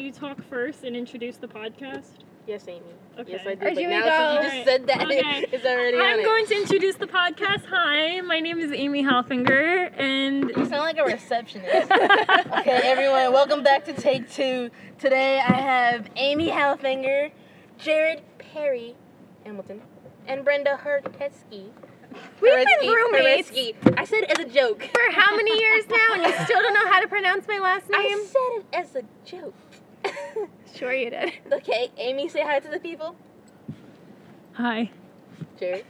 you talk first and introduce the podcast? Yes, Amy. Okay. Yes, I do. Alright, but here we now go. since you just said that, Okay. it's already on I'm it. going to introduce the podcast. Hi, my name is Amy Halfinger, You and sound like a receptionist. I Okay, everyone, welcome back to Take Two. Today I have Amy Halfinger, Jared Perry Hamilton and Brenda Herketsky. We've been roommates. I said it as a joke. for how many years now, and you still don't know how to pronounce my last name? I said it as a joke. Sure you did. okay, Amy, say hi to the people. hi. Jared,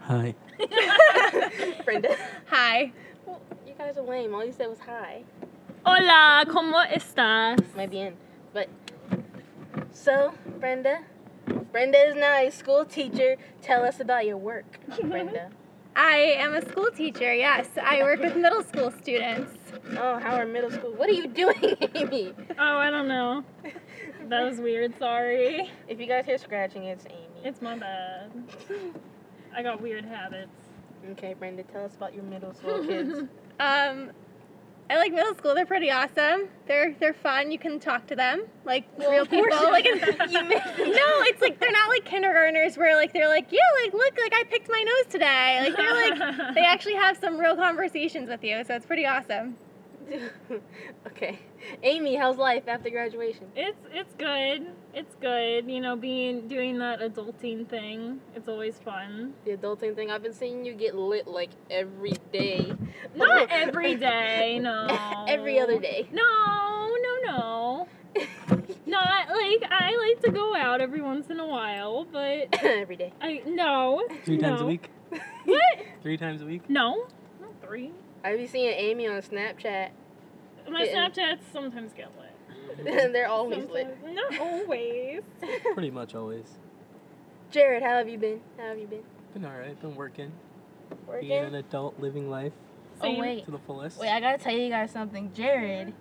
Hi. Brenda. Hi. Well, you guys are lame. All you said was hi. Hola, cómo estás? My bien. But so, Brenda. Brenda is now a school teacher. Tell us about your work, Brenda. I am a school teacher, yes. I work with middle school students. Oh, how are middle school? What are you doing, Amy? Oh, I don't know. That was weird. Sorry. If you guys hear scratching, it's Amy. It's my bad. I got weird habits. Okay, Brenda, tell us about your middle school kids. Um, I like middle school. They're pretty awesome. They're they're fun. You can talk to them like Well, real of course people. you Like can. it's- you make- no, it's like they're not like kindergartners where like they're like yeah like look like I picked my nose today. Like they're like they actually have some real conversations with you, so it's pretty awesome. okay, Amy, how's life after graduation? It's it's good. It's good. You know, being doing that adulting thing. It's always fun. The adulting thing. I've been seeing you get lit like every day. Not every day, no. every other day. No, no, no. Not like I like to go out every once in a while, but every day. I no. Three times a no. week? What? Three times a week? No, not three. I be seeing Amy on Snapchat. My Yeah. Snapchats sometimes get lit. They're always lit. Oh, Sometimes- Not always. Pretty much always. Jared, how have you been? How have you been? Been alright, been working. Being an Working. adult, living life Same. Oh wait, to the fullest. wait. I gotta tell you guys something. Jared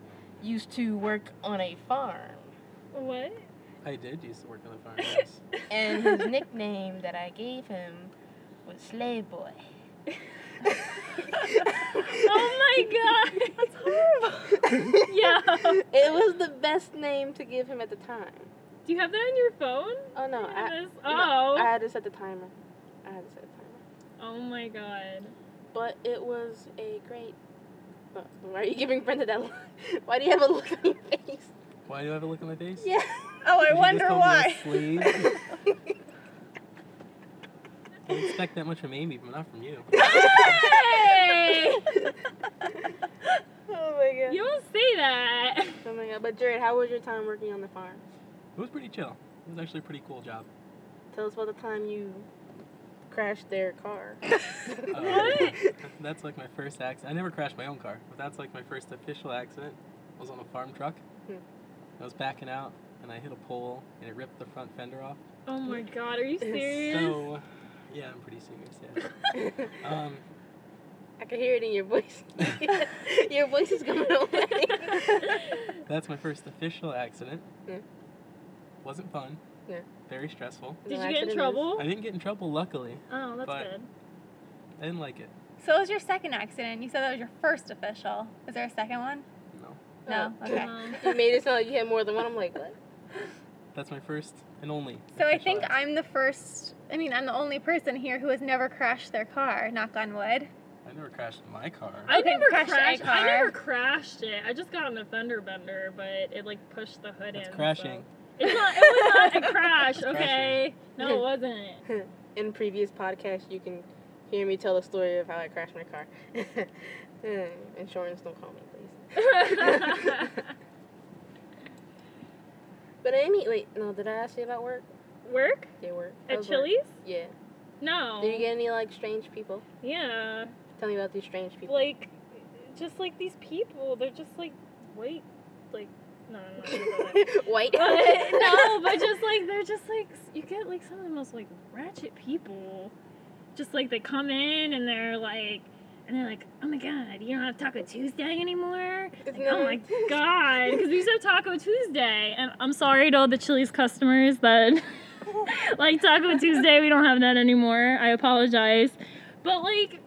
used to work on a farm. What? I did used to work on a farm. yes. and his nickname that I gave him was Slave Boy. Oh my god. That's horrible. Yeah. It was the best name to give him at the time. Do you have that on your phone? Oh no, I, Yes. no, oh. I had to set the timer. I had to set the timer. oh my god. But it was a great. Oh, Why are you giving Brenda that look? Why do you have a look on your face? Why do I have a look on my face? Yeah. Oh, You just told me I slaved. I didn't expect that much from Amy, but not from you. Hey! Oh my god. you don't say that. Oh my god. But Jared, how was your time working on the farm? It was pretty chill. It was actually a pretty cool job. Tell us about the time you crashed their car. Uh, What? That's like my first accident. I never crashed my own car, but that's like my first official accident. I was on a farm truck. Hmm. I was backing out, and I hit a pole, and it ripped the front fender off. Oh my god, are you serious? So, yeah, I'm pretty serious. Yeah. Um, I can hear it in your voice. your voice is going away. that's my first official accident. Yeah. Wasn't fun. Yeah. Very stressful. Did you get in trouble? I didn't get in trouble, luckily. Oh, that's But- good. I didn't like it. So it was your second accident. You said that was your first official. Is there a second one? No. No. Okay. Um, You made it sound like you had more than one. I'm like, what? That's my first and only. So I official think accident. I'm the first. I mean, I'm the only person here who has never crashed their car. Knock on wood. I never crashed my car. I Okay, never crashed my crashed. I car. never crashed it. I just got in a fender bender, but it like pushed the hood That's in. crashing. so- It's not, it was not a crash. Okay. No, it crashing. wasn't. In previous podcasts, you can hear me tell the story of how I crashed my car. Mm, Insurance, don't call me, please. But Amy, wait, no, did I ask you about work? Work Yeah, work. at How's work? Chili's? Oh. Yeah. No. Did you get any like strange people? yeah. Tell me about these strange people. Like, just like these people, they're just like white. Like, no, I'm not gonna go there. White. But, no, but just like they're just like you get like some of the most like ratchet people. Just like they come in and they're like and they're like, oh my god, you don't have Taco Tuesday anymore. It's Like, oh not- my god, because we used to have Taco Tuesday, and I'm sorry to all the Chili's customers that like Taco Tuesday. We don't have that anymore. I apologize, but like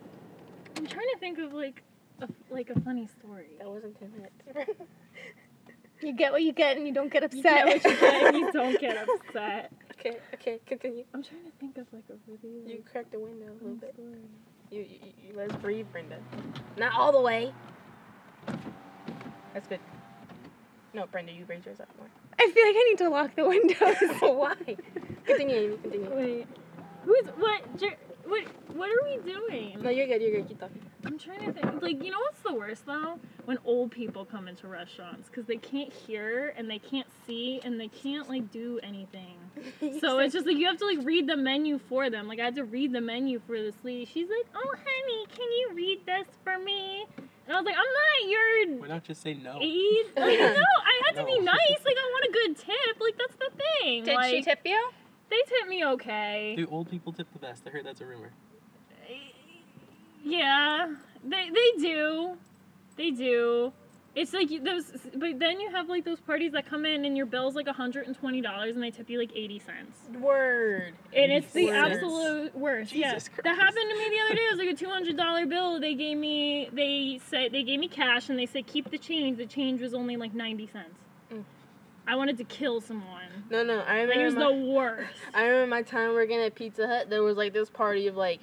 I'm trying to think of like a, like a funny story. That wasn't ten minutes. You get what you get, and you don't get You upset. get what you get and you don't get upset. Okay, okay, continue. I'm trying to think of like a really You like, cracked the window a little funny bit. story. You, you, you let's breathe, Brenda. Not all the way. That's good. No, Brenda, you raise yours up more. I feel like I need to lock the windows. Why? Continue, Amy, continue. Wait, who's what? Jer- what? What are we doing? No, you're good, you're good, keep talking. I'm trying to think. Like, you know what's the worst though? When old people come into restaurants because they can't hear and they can't see and they can't like do anything. So it's just like you have to like read the menu for them. Like I had to read the menu for this lady. She's like, "Oh, honey, can you read this for me?" And I was like, "I'm not your Why not just say no? age. Like, no, I had to be No. nice. Like I want a good tip. Like that's the thing. Did like, she tip you? They tipped me okay. Do old people tip the best? I heard that's a rumor. Yeah, they they do, they do. It's like you- those, but then you have like those parties that come in and your bill's like hundred and twenty dollars and they tip you like eighty cents, Word. and it's the Worse. absolute worst. yeah, Jesus that Christ. happened to me the other day. It was like a two hundred dollar bill. They gave me they said they gave me cash and they said keep the change. The change was only like ninety cents. Mm. I wanted to kill someone. No, no, I Like, it remember. was my- the worst. I remember my time working at Pizza Hut. There was like this party of like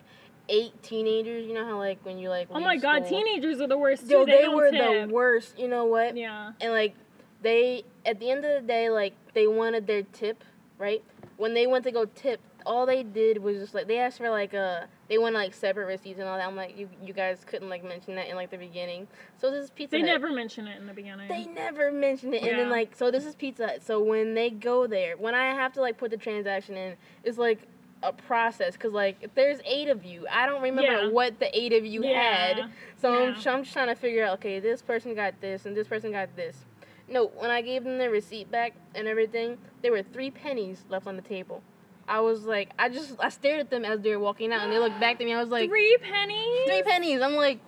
eight teenagers. You know how like when you like. Oh leave my god, school- teenagers are the worst too. Yo, they they, don't were tip. the worst. You know what? Yeah. And like, they at the end of the day, like they wanted their tip, right? When they went to go tip, all they did was just like they asked for like a they wanted like separate receipts and all that. I'm like, you you guys couldn't like mention that in like the beginning. So this is Pizza They Hut. never mention it in the beginning. They never mentioned it. And Yeah. then like so this is Pizza Hut. So when they go there, when I have to like put the transaction in, it's like a process cuz like if there's 8 of you, I don't remember Yeah. what the 8 of you had. So I'm, Yeah. so I'm just trying to figure out okay, this person got this and this person got this. No, when I gave them the receipt back and everything, there were 3 pennies left on the table. I was like I just I stared at them as they were walking out and they looked back at me. I was like three pennies. 3 pennies. I'm like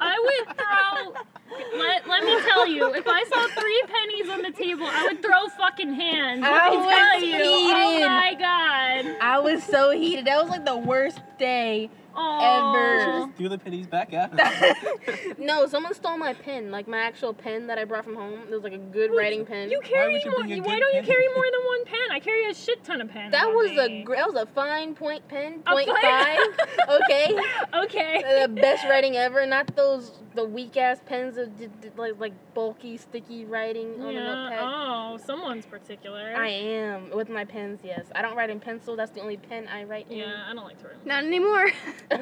I would throw. Let, let me tell you, if I saw three pennies on the table, I would throw fucking hands. Let I me tell was you. Oh heated. my god. I was so heated. That was like the worst day Oh. Ever. Do the pennies back out. Why No, someone stole my pen, like my actual pen that I brought from home. It was like a good writing pen. You carry would you more. bring a why good don't you pen? carry more than one pen? I carry a shit ton of pens. that on was me. a gr- that was a fine point pen, A point fine- five. Okay, okay. the best writing ever. Not those the weak ass pens that did, did, like like bulky sticky writing on the Yeah. notepad. Oh, someone's particular. I am with my pens. Yes, I don't write in pencil. That's the only pen I write in. yeah, I don't like to write. Not anymore.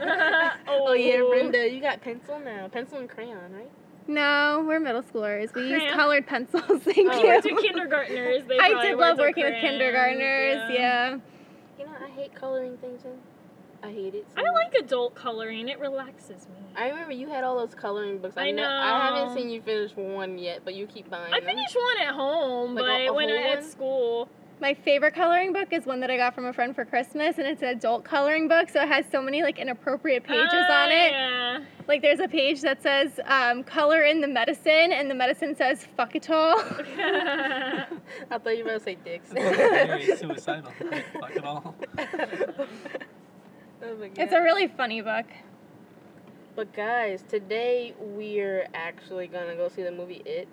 oh. yeah, Brenda, you got pencil now. Pencil and crayon, right? No, we're middle schoolers. We use Crayon. colored pencils. Thank Oh, Or you. to kindergartners. They I probably did were love to working with crayons, kindergartners. Yeah. You know, I hate coloring things in. I hate it. so I much. like adult coloring. It relaxes me. I, I remember you had all those coloring books. I, I know. I know. haven't seen you finish one yet, but you keep buying them. finished one at home, Like but a- a when whole I at one? school, My favorite coloring book is one that I got from a friend for Christmas, and it's an adult coloring book, so it has so many like inappropriate pages Oh, on it. Yeah. Like there's a page that says um, color in the medicine, and the medicine says fuck it all. I thought you were about to say dicks. Very suicidal. Fuck it all. Oh my It's God. a really funny book. but guys, today we're actually gonna go see the movie It.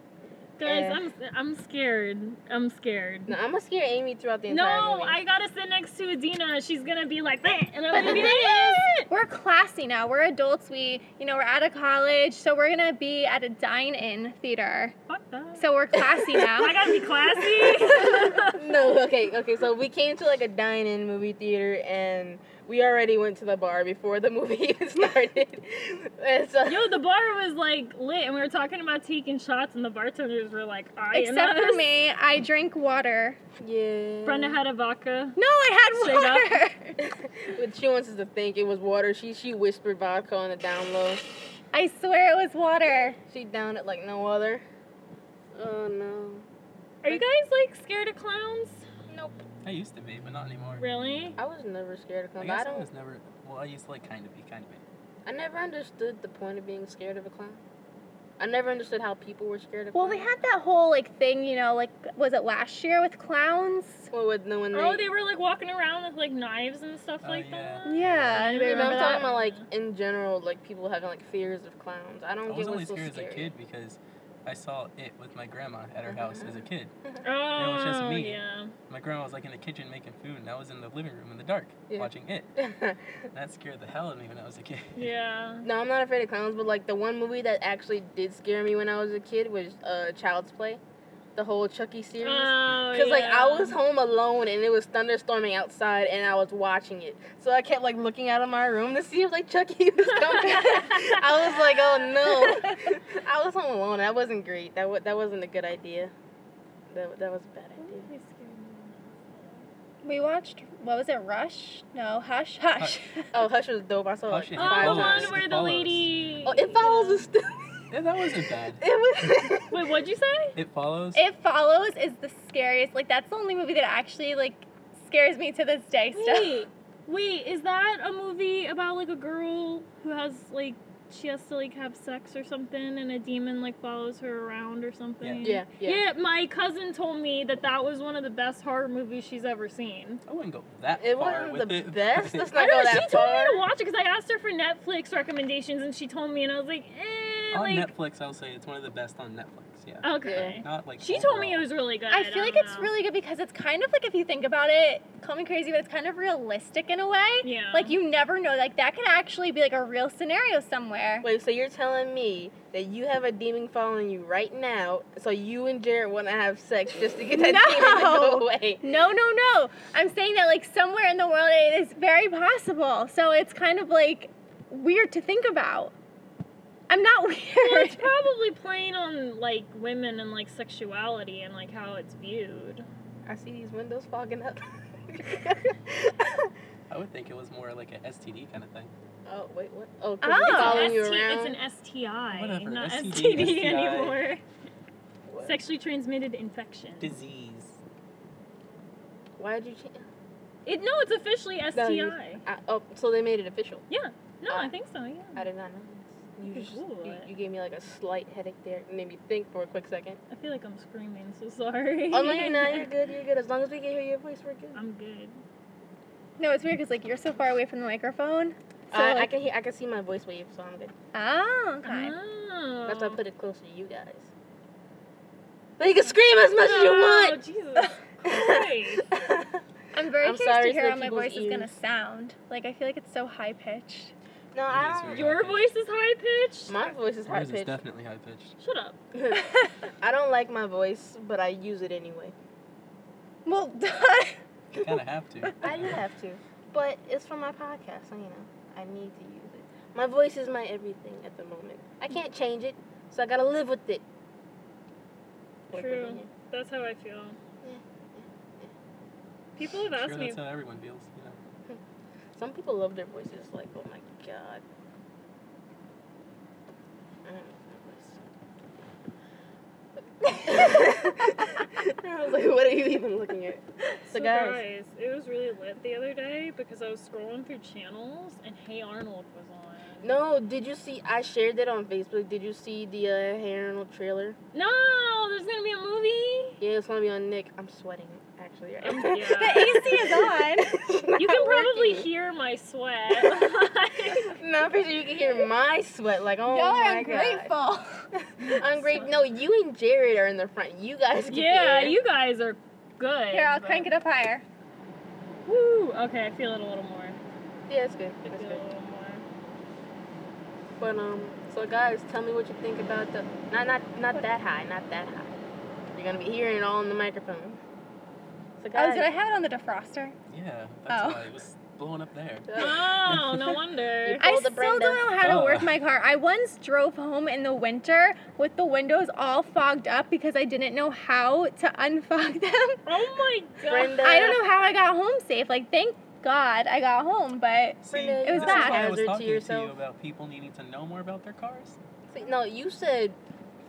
Guys, Eh. I'm I'm scared. I'm scared. No, I'm gonna scare Amy throughout the entire No, movie. I gotta sit next to Adina. She's gonna be like, "Bleh," and I'm gonna be like, We're classy now. We're adults. We, you know, we're out of college, so we're gonna be at a dine-in theater. "Eh." fuck that. So we're classy now. I gotta be classy. no, okay, okay. So we came to like a dine-in movie theater, and we already went to the bar before the movie even started. and so, Yo, the bar was like lit, and we were talking about taking shots, and the bartenders were like, I Except for me, I drink water. yeah, Brenda had a vodka. No, I had water. What she wants us to think it was water. She she whispered vodka on the down low. I swear it was water. She downed it like no other. Oh no. Are you guys like scared of clowns? Nope. I used to be, but not anymore. Really? I was never scared of I clowns. I, guess I, don't. was never. Well, I used to like kind of be, kind of be. I never understood the point of being scared of a clown. I never understood how people were scared of. Well, they clowns. had that whole like thing, you know, like was it last year with clowns? Well, with no one. Oh, they were like walking around with like knives and stuff Oh, like yeah. that. Yeah, I anybody I'm remember talking that? about like in general, like people having like fears of clowns. I don't I was get only what's so scared as a scary. kid because I saw it with my grandma at her house as a kid. Oh, was just me. yeah. My grandma was like in the kitchen making food, and I was in the living room in the dark Yeah. watching it. no, That scared the hell out of me when I was a kid. Yeah. I'm not afraid of clowns, but like the one movie that actually did scare me when I was a kid was uh, Child's Play, the whole Chucky series. Oh, Cause like I yeah. was home alone and it was thunderstorming outside and I was watching it, so I kept like looking out of my room to see if like Chucky was coming. I was like, oh no! I was home alone. That wasn't great. That w- that wasn't a good idea. That that was a bad idea. We watched what was it? Rush? No, Hush, Hush. Oh, Hush was dope. I saw like Hush and five Oh, the Follows. one times. where It the follows. lady. Oh, it follows is still. Yeah, that wasn't bad. It was. Wait, what'd you say? It follows. it Follows is the scariest. Like that's the only movie that actually like scares me to this day. Still. Wait, wait, is that a movie about like a girl who has like she has to like have sex or something and a demon like follows her around or something? Yeah, Yeah, yeah. my cousin told me that that was one of the best horror movies she's ever seen. I wouldn't go that It far wasn't with the it. best. Let's I not know go she that told me far. to watch it because I asked her for Netflix recommendations and she told me, and I was like, eh, on like Netflix, I'll say it's one of the best on Netflix. Yeah. okay. Not like She told me it overall. was really good. I feel like don't it's know. really good because it's kind of like if you think about it, call me crazy, but it's kind of realistic in a way. yeah. Like you never know. Like that could actually be like a real scenario somewhere. Wait, so you're telling me that you have a demon following you right now, so you and Jared want to have sex just to get that demon to go No. away? No, no, no. I'm saying that like somewhere in the world it is very possible. So it's kind of like weird to think about. I'm not Well, it's weird. probably playing on like women and like sexuality and like how it's viewed. I see these windows fogging up. I would think it was more like an STD kind of thing. oh wait, what? Oh, 'cause Oh. it's following Ah, It's you an ST around. It's an STI, Whatever, not STD, STD, STI. anymore. What? Sexually transmitted infection. Disease. Why did you change? It, no, it's officially No, STI. you- I, oh, so they made it official. no, I think so. Yeah, I did not know. this. You Good just you, lord. you gave me like a slight headache there, and made me think for a quick second. I feel like I'm screaming. So sorry. Oh no, you're not. You're good. You're good. As long as we can hear your voice, we're good. I'm good. No, it's weird because like you're so far away from the microphone. Uh, So I, I like- can hear. I can see my voice wave, so I'm good. Oh, okay. Oh. That's why I put it close to you guys. But you can scream as much as you Oh, want. Jesus Christ. I'm very I'm curious sorry for to hear the how my people's voice is gonna ears. sound. Like I feel like it's so high pitched. no, It is I very don't. Your voice is high pitched. My voice is high Ours is pitched. definitely high pitched. Shut up. I don't like my voice, but I use it anyway. well, You kind of have to. I do have to, but it's for my podcast, so you know I need to use it. My voice is my everything at the moment. I can't change it, so I gotta live with it. Work with True. it, yeah. That's how I feel. yeah, People have asked Sure, me. that's how everyone feels. You know. Some people love their voices. Like, oh my god. I don't like my voice. I was like, what are you even looking at? So, So guys, guys, it was really lit the other day because I was scrolling through channels and Hey Arnold was on. no, did you see? I shared that on Facebook. Did you see the uh, Hey Arnold trailer? No, there's gonna be a movie. Yeah, it's gonna be on Nick. I'm sweating, actually. Right Um, now. yeah. The AC is on. It's not You can probably working. hear my sweat. No, I'm pretty sure you can hear my sweat. Like, oh Y'all are my god. ungrateful. I'm great. No, you and Jared are in the front. You guys. Get yeah, there. you guys are good. Here, I'll crank it up higher. Woo! Okay, I feel it a little more. Yeah, it's good. I It's feel it good. a little more. But um, so guys, tell me what you think about the not not not that high, not that high. You're gonna be hearing it all in the microphone. So Oh, guys, did I have it on the defroster? Yeah, that's Oh. why it was blowing up there. Oh, no wonder. You- I Hold the still Brenda. don't know how to Oh. work my car. I once drove home in the winter with the windows all fogged up because I didn't know how to unfog them. Oh my god. Brenda. I don't know how I got home safe. Like, thank God I got home, but See, It was this is bad. why I Hazard was to talking to, yourself. you about people needing to know more about their cars. See, no, you said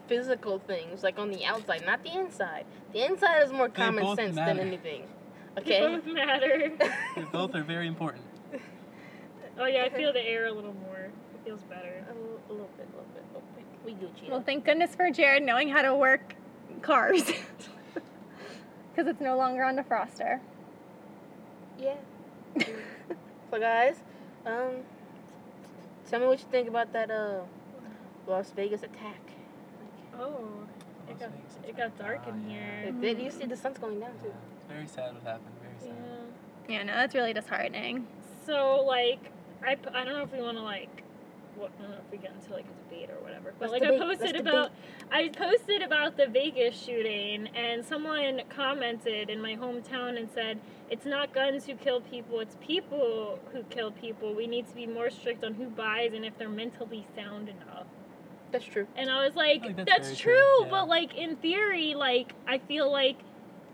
physical things like on the outside, not the inside. The inside is more They common both sense matter. than anything. They Okay. both matter. They both are very important. Oh yeah, I feel the air a little more. It feels better. A little, a little bit, a little bit, a little bit. We Gucci. well, thank goodness for Jared knowing how to work cars. Because it's no longer on defroster. Yeah. so guys, um, tell me what you think about that uh Las Vegas attack. Oh, it got it got dark in Ah, yeah. here. It did. You see, the sun's going down too. It's Ah, very sad what happened. Very Yeah. sad. Yeah, no, that's really disheartening. So like, I, p- I don't know if we want to like, what, I don't know if we get into like a debate or whatever. But like Let's debate, I posted let's about I posted about the Vegas shooting, and someone commented in my hometown and said it's not guns who kill people, it's people who kill people. We need to be more strict on who buys and if they're mentally sound enough. That's true. And I was like, I think that's that's, very true, true, yeah. but like in theory, like I feel like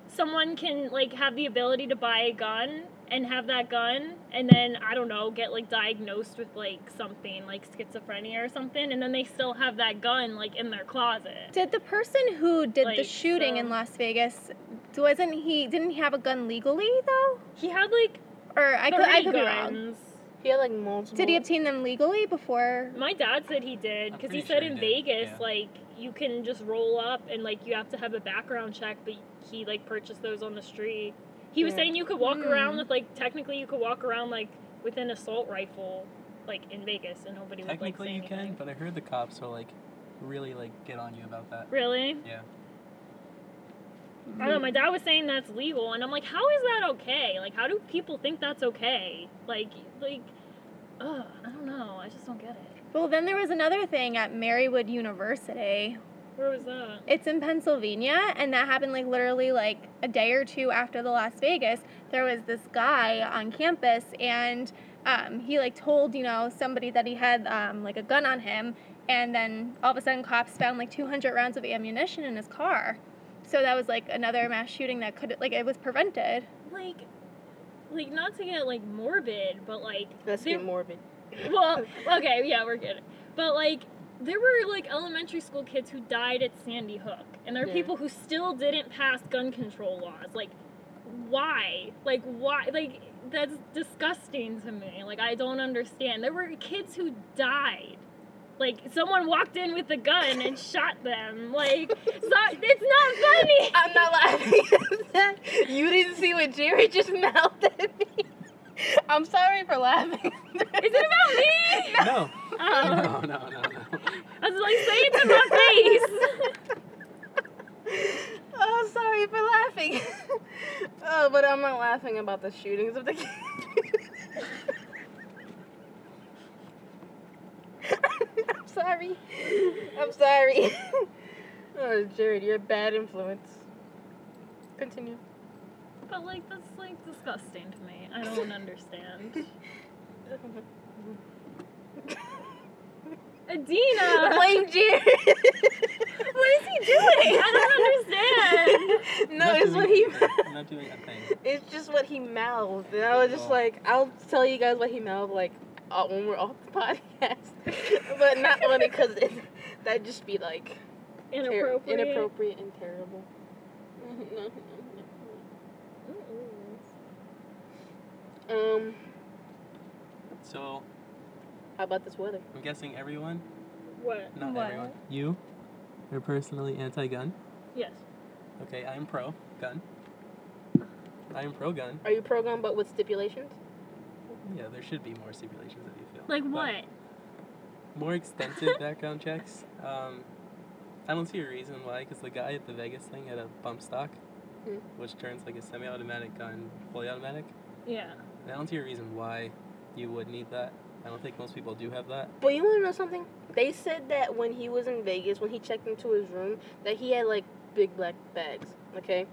someone can like have the ability to buy a gun and have that gun and then I don't know, get like diagnosed with like something like schizophrenia or something and then they still have that gun like in their closet. Did the person who did the Like, shooting so- in Las Vegas wasn't he? Didn't he have a gun legally though? He had like Or I could I 30 could be wrong. guns. He had like multiple. Did he obtain them legally before? My dad said he did I'm because he pretty said sure in he did, Vegas yeah. like you can just roll up and like you have to have a background check, but he like purchased those on the street. He was Yeah. saying you could walk around Hmm. with like technically you could walk around like with an assault rifle like in Vegas and nobody would like say Technically, you can, anything. but I heard the cops are like really like get on you about that. Really? Yeah. I don't know. My dad was saying that's legal, and I'm like, how is that okay? Like, how do people think that's okay? Like, like, ugh, I don't know. I just don't get it. Well, then there was another thing at Marywood University. Where was that? It's in Pennsylvania, and that happened like literally like a day or two after the Las Vegas. There was this guy on campus, and um, he like told you know somebody that he had um, like a gun on him, and then all of a sudden cops found like 200 rounds of ammunition in his car. So that was like another mass shooting that could like it was prevented. Like, like not to get like morbid, but like Let's there- get morbid. well, okay, yeah, we're good. But like, there were like elementary school kids who died at Sandy Hook, and there are Yeah. people who still didn't pass gun control laws. Like, why? Like, why? Like, that's disgusting to me. Like, I don't understand. There were kids who died. Like, someone walked in with a gun and shot them. Like, it's not, it's not funny. I'm not laughing at that. You didn't see what Jerry just mouthed at me. I'm sorry for laughing. Is it about No. Um, no, no, no, no. I was like, say it to my face. oh, sorry for laughing. oh, but I'm not laughing about the shootings of the kids. I'm sorry. I'm sorry. oh, Jared, you're a bad influence. Continue. But like that's like disgusting to me. I don't understand. Adina, Blame Jared. what is he doing? I no, I'm not it's doing what he. anything. I'm not doing a thing. It's just what he mouthed, and I was just Oh. like, I'll tell you guys what he mouthed like uh, when we're off the podcast, but not on it because that'd just be like ter- inappropriate. inappropriate and terrible. Mm-hmm, No, no, no. um, So how about this weather? I'm guessing everyone, What? not What? everyone. You, you're personally anti-gun. Yes. Okay, I am pro gun. I am pro gun. Are you pro gun but with stipulations? Yeah, there should be more stipulations that you feel. Like But what? More extensive background checks. Um, I don't see a reason why, because the guy at the Vegas thing had a bump stock, Hmm. which turns like a semi-automatic gun fully automatic. Yeah. And I don't see a reason why you would need that. I don't think most people do have that. But you want to know something? They said that when he was in Vegas, when he checked into his room, that he had like big black bags. Okay.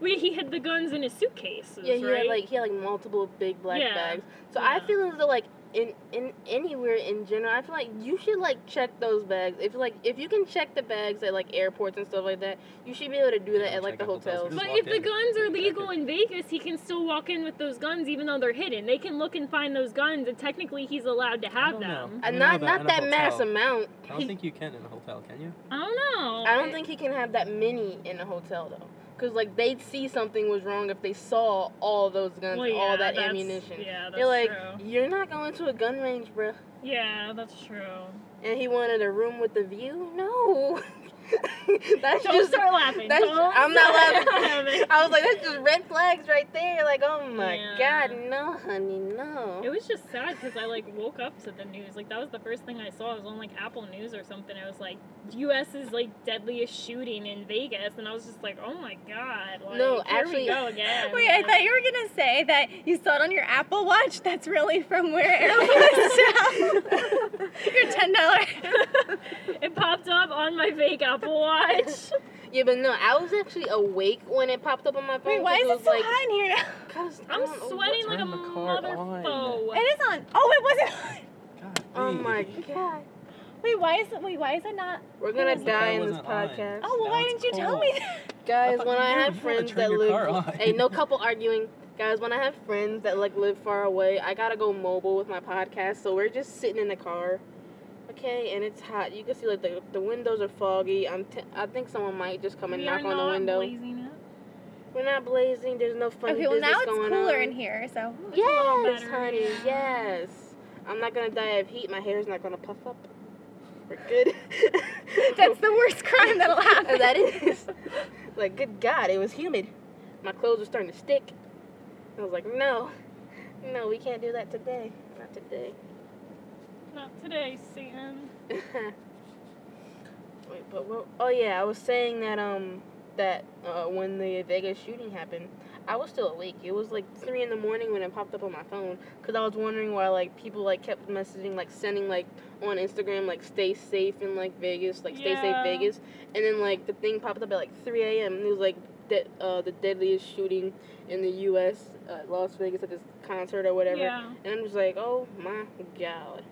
Wait, he had the guns in his suitcases, Yeah, he right? had like he had like multiple big black Yeah. bags. So Yeah. I feel as though like in in anywhere in general, I feel like you should like check those bags. If like if you can check the bags at like airports and stuff like that, you should be able to do You that don't at like check the at hotels. hotels. but Just if walk the in. guns are Check legal it. in Vegas, he can still walk in with those guns, even though they're hidden. They can look and find those guns, and technically, he's allowed to have don't know. them. Uh, No, not but in not a that mass hotel. amount. I don't He- think you can in a hotel, can you? I don't know. I don't think he can have that many in a hotel though, because like they'd see something was wrong if they saw all those guns, Well, and all yeah, that that's- ammunition. Yeah, that's They're like, true. you're not going to a gun range, bruh. Yeah, that's true. And he wanted a room with a view. No, that's Don't just start laughing. That's, Don't I'm not start laughing. I was like, that's just red flags right there. Like, oh my Yeah. god, no, honey, no. It was just sad because I like woke up to the news. Like that was the first thing I saw. It was on like Apple News or something. It was like U.S. is like deadliest shooting in Vegas, and I was just like, oh my god. Like, here No, actually- we go again. Wait, I thought you were gonna say that you saw it on your Apple Watch. That's really from where Aaron was from. Your ten dollar. it popped up on my fake Apple Watch. yeah, but no, I was actually awake when it popped up on my phone. Wait, why 'cause is it was so like, hot in here now? 'cause I I'm don't know sweating what- like a Turn the car motherfucker. It is on. Oh, it wasn't. God. Oh dang. my god. Wait, why is it? Wait, why is it not? We're gonna The die car in this wasn't on. podcast. Oh, well, Now why it's didn't you tell cold. me? That? Guys, thought when you I knew. have You wanna friends turn that your car live, on. hey, no couple arguing. Guys, when I have friends that like live far away, I gotta go mobile with my podcast, so we're just sitting in the car, okay? And it's hot. You can see like the, the windows are foggy. I'm t- I think someone might just come and We knock are on the not window. blazing up. We're not blazing. There's no funny Okay, well business now it's going cooler on. in here, so. Ooh, it's a little Yes, better, honey. yeah. Yes. I'm not gonna die of heat. My hair's not gonna puff up. We're good. That's the worst crime that'll happen. that is. Like, good God, it was humid. My clothes were starting to stick. I was like, no, no, we can't do that today. Not today. Not today, Satan. Wait, but what? Oh yeah, I was saying that um that uh, when the Vegas shooting happened, I was still awake. It was like three in the morning when it popped up on my phone because I was wondering why like people like kept messaging like sending like on Instagram like stay safe in like Vegas like stay Yeah. safe Vegas, and then like the thing popped up at like three a.m. and it was like de- uh, the deadliest shooting in the U.S. Uh, Las Vegas at this concert or whatever. Yeah. And I'm just like, oh my god.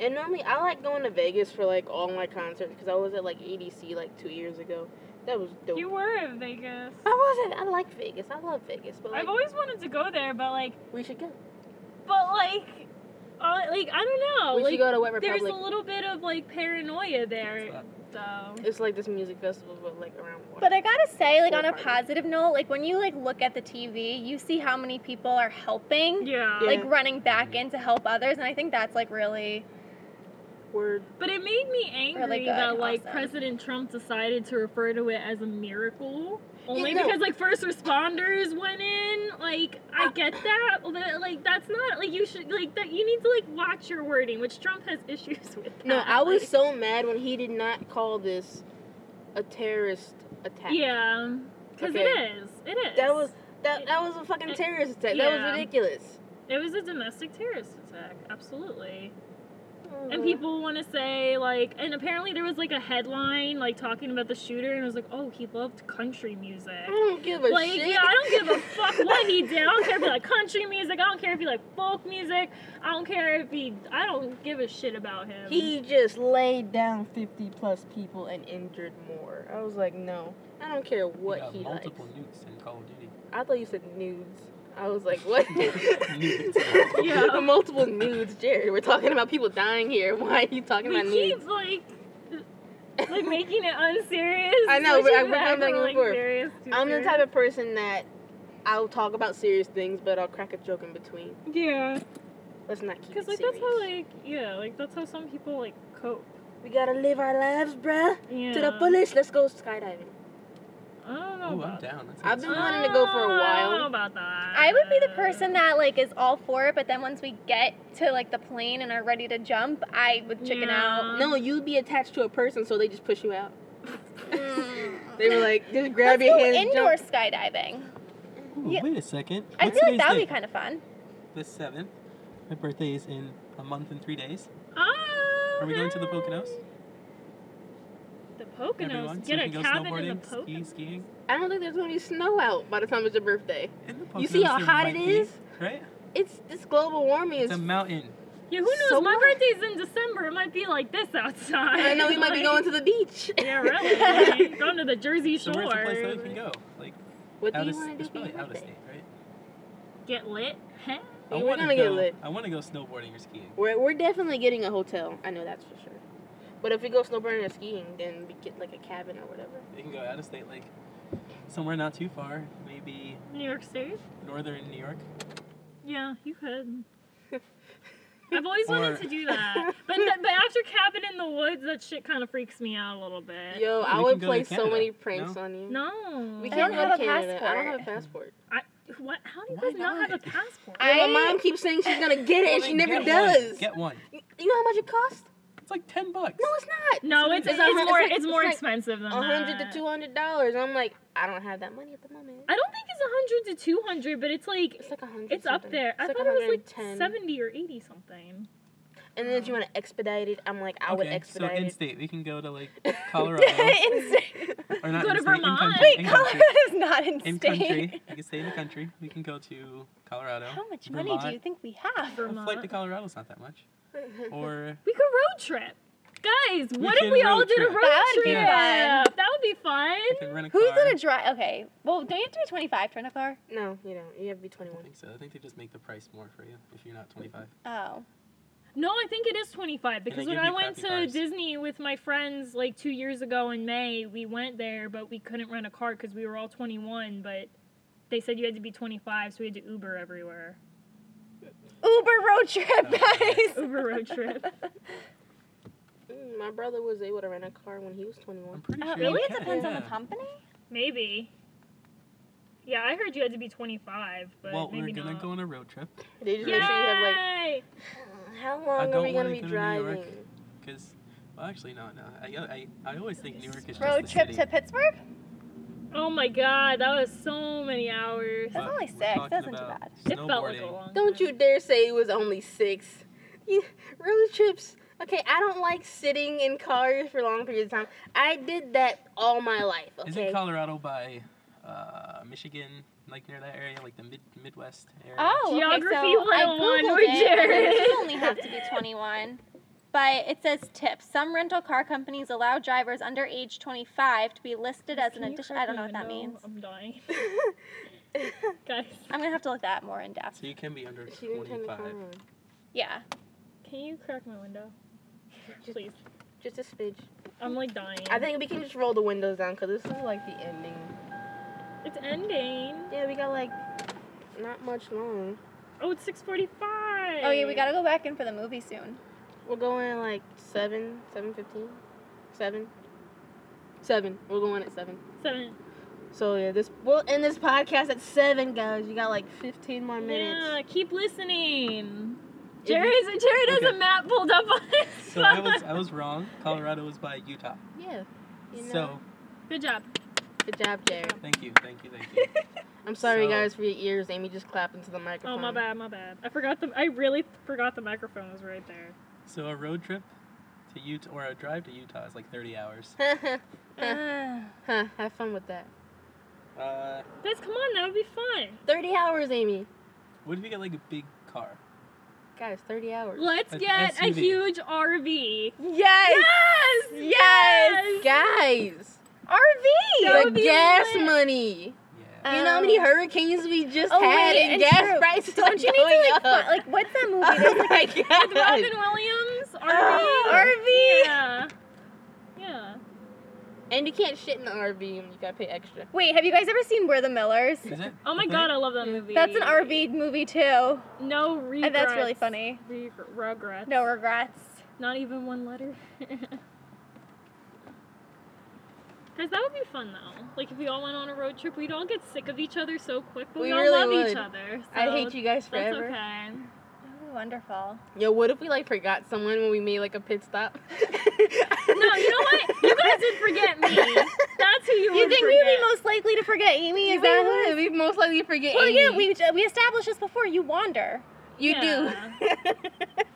And normally I like going to Vegas for like all my concerts because I was at like ADC like two years ago. That was dope. You were in Vegas. I wasn't. I like Vegas. I love Vegas, but Oh, like, I've always wanted to go there, but like, we should go. but like, uh, like I don't know. we like, should go to Wet there's Republic. a little bit of like paranoia there, though. It's like this music festival, but like around water. But I gotta say, like on a Horrifying. positive note, like when you like look at the TV, you see how many people are helping, Yeah. Yeah. like running back in to help others, and I think that's like really. Word. But it made me angry Really good, that like awesome. President Trump decided to refer to it as a miracle. Only no. because like first responders went in. Like Ah. I get that, but like that's not like you should like that. You need to like watch your wording, which Trump has issues with. No, that. I was Like, so mad when he did not call this a terrorist attack. yeah, because Okay. it is. It is. That was that that was a fucking terrorist attack. That Yeah. was ridiculous. It was a domestic terrorist attack. Absolutely. Uh-huh. And people want to say like, and apparently there was like a headline like talking about the shooter, and it was like, oh, he loved country music. I don't give a Like, Oh, shit. yeah, I don't give a fuck what he did. I don't care if he like country music. I don't care if he like folk music. I don't care if he. I don't give a shit about him. He just laid down 50 plus people and injured more. I was like, no, I don't care We what got he likes. multiple nukes in Call of Duty. I thought you said nudes. I was like, what? Nudes. Yeah. multiple nudes, Jerry. We're talking about people dying here. Why are you talking we about keep nudes? like, like making it unserious. I know, which but I- is we're bad, going back but, and like, forth. serious too I'm the serious. type of person that I'll talk about serious things, but I'll crack a joke in between. Yeah, Let's not keep it because like serious. that's how like yeah, like that's how some people like cope. we gotta live our lives, bruh. Yeah. To the fullest. Let's go skydiving. I don't know Oh, I'm about down. That I've sounds been fun. wanting to go for a Oh, I don't while. know about that. I would be the person that like is all for it, but then once we get to like the plane and are ready to jump, I would chicken out. No, you'd be attached to a person, so they just push you out. Mm. They were like, just grab Let's your go hand. and indoor jump. skydiving. Ooh, Yeah. Wait a second. I What's feel like today's that would be date? kind of fun. The seventh. My birthday is in a month and three days. Oh, Are we going to the hey. Mm-hmm. Poconos? The Poconos. Everyone, so Get we a can go cabin in the snowboarding, ski, Poconos. skiing. I don't think there's gonna be snow out by the time it's your birthday. In the Poconos, You see how there hot it might be, is? right? It's this global warming It's a is. mountain. Yeah, who knows? So My what? birthday's in December. It might be like this outside. I know we might be Like, going to the beach. Yeah, really. like, going to the Jersey So Shore. where's the place that we can go? Like What do out you of want to it's do for probably your out of birthday? state, right? Get lit. Heh. I We're wanna gonna get go- lit. I want to go snowboarding or skiing. We're, we're definitely getting a hotel. I know that's for sure. But if we go snowboarding or skiing, then we get like a cabin or whatever. You can go out of state, like somewhere not too far, maybe New York State. northern New York. Yeah, you could. I've always Or- wanted to do that. But th- but after cabin in the woods, that shit kind of freaks me out a little bit. Yo, I can would go to play so Canada. many pranks No? on you. No. We I can't don't go to have a Canada. I don't have passport. a passport. What? How do you Why guys not have not? a passport? I- Yeah, my mom keeps saying she's gonna get it, and she never does. Get one. You know how much it costs? It's like ten bucks. No, it's not. no, it's, it's, a hun- more like- it's, more like expensive than a hundred to that. two hundred dollars. I'm like, I don't have that money at the moment. I don't think it's a hundred to two hundred, but it's like It's like a hundred. it's up something. there. It's I like thought it was like 110. seventy or eighty something. And then if you want to expedite it, I'm like, I would okay, so expedite in it. state, we can go to like Colorado or not Go in to state, in Vermont. country, Wait, Oh. in Colorado country. is not in, in state. country. We can stay in the country. We can go to Colorado. How much money do Vermont. you think we have? A flight to Colorado's not that much. Or We could road trip. Guys, what if can we all road did a trip. road That would trip? be That would be fun. I can rent a car. Who's gonna drive? Okay, well, don't you have to be 25 to rent a car? No, you don't. You have to be I 21. think so. I think they just make the price more for you if you're not 25. Oh, No, I think it is 25 because they when give I you went to crappy cars. Disney with my friends like 2 years ago in May, we went there but we couldn't rent a car cuz we were all 21, but they said you had to be 25, so we had to Uber everywhere. Uber road trip, Okay. guys. Uber road trip. Mm, My brother was able to rent a car when he was I'm 21. pretty Uh, sure. maybe you it can, depends on the yeah. company. Maybe. Yeah, I heard you had to be 25, but Well, we're maybe gonna not. go on a road trip They just Yay! make sure you have like, how long are don't we gonna wanna be go to New York. driving? because. Well, actually, no, no. I, I, I always think New York is just Road the trip city. to Pittsburgh? oh my god, that was so many hours. That's But only we're six, talking that's not too about bad. It felt like a snowboarding. long Don't time. you dare say it was only six. You, road trips. Okay, I don't like sitting in cars for long periods of time. I did that all my life. Okay. Isn't Colorado by uh, Michigan, like near that area, like the mid Midwest area? Oh, Geography okay, so I 101 Googled with it, and Jared. You do only have to be 21. But it says tip. Some rental car companies allow drivers under age 25 to be listed as an Can you addition. crack I me don't know what a that no? means. I'm dying. she Guys, I'm going to have to look that more in depth. So you can be under didn't turn the 25. car on. Yeah. can you crack my window? Just, Please. just a smidge. I'm like dying. I think we can just roll the windows down because this is like the ending. it's ending. Yeah, we got like not much long. Oh, it's 6:45. Oh, yeah, we got to go back in for the movie soon. We're going at like seven, seven fifteen, seven, seven. We're going at seven. seven. So yeah, this we'll end this podcast at seven, guys. You got like fifteen more minutes. Yeah, keep listening. If you- Jared, Jared has a Okay. map pulled up on his So I was phone. I was wrong. Colorado was by Utah. Yeah. You know, So Good job. good job, Jared. thank you, thank you, thank you. I'm sorry, So- guys, for your ears. Amy just clapped into the Oh, microphone. my bad, my bad. I forgot the. I really forgot the microphone was right there. so a road trip to Utah or a drive to Utah is like 30 hours. Uh, huh, have fun with that. Uh, Guys, come on, that would be fun. Thirty hours, Amy. what if we get like a big car? Guys, thirty hours. Let's An get a SUV. huge RV. Yes, Yes, yes, guys. That RV! The would be gas lit. money. Yeah. you know how Um, many hurricanes we just oh, had wait, and and gas true. prices are Don't you need going to, like, up. fi- like, what's that movie? oh There's, like, my god. With Robin Williams Oh, RV. RV! Yeah. Yeah. And you can't shit in the RV and you gotta pay extra. Wait, have you guys ever seen We're the Millers? Is it? Oh my Okay. god, I love that movie. That's an RV movie, too. No regrets. And that's really funny. Re- regrets. No regrets. Not even one letter. Guys, that would be fun though. Like if we all went on a road trip, we'd all get sick of each other so quick, but We we, all really love each would. other. So I hate you guys That's forever. okay. That would be wonderful. Yo, what if we like forgot someone when we made like a pit stop? No, you know what? You guys would forget me. That's who you, You would think forget. we'd be most likely to forget Amy? Is that Exactly. We most likely forget. Well, yeah, Amy. we, uh, we established this before. You wander. You do.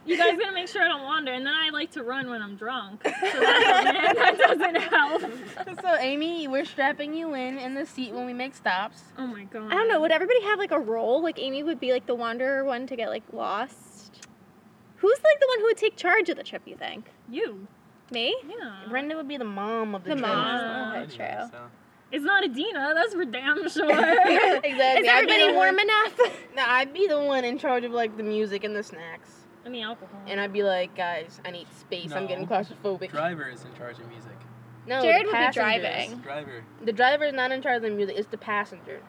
You guys gotta make sure I don't wander, and then I like to run when I'm drunk. So that doesn't, that doesn't help. so Amy, we're strapping you in in the seat when we make stops. Oh my god. I don't know. Would everybody have like a role? Like Amy would be like the wanderer one to get like lost. Who's like the one who would take charge of the trip? You think You. me? Yeah. Brenda would be the mom of the, The trip. mom. Yeah. Okay, true. so- It's not Adina, that's for damn sure. Exactly. Is I'd be the everybody one- warm enough? No, I'd be the one in charge of like the music and the snacks. I mean, alcohol. And I'd be like, guys, I need space. I'm No. getting claustrophobic. Driver is in charge of music. no, the Jared would be passengers. driving. Dang. Driver. The driver is not in charge of the music. It's the passenger.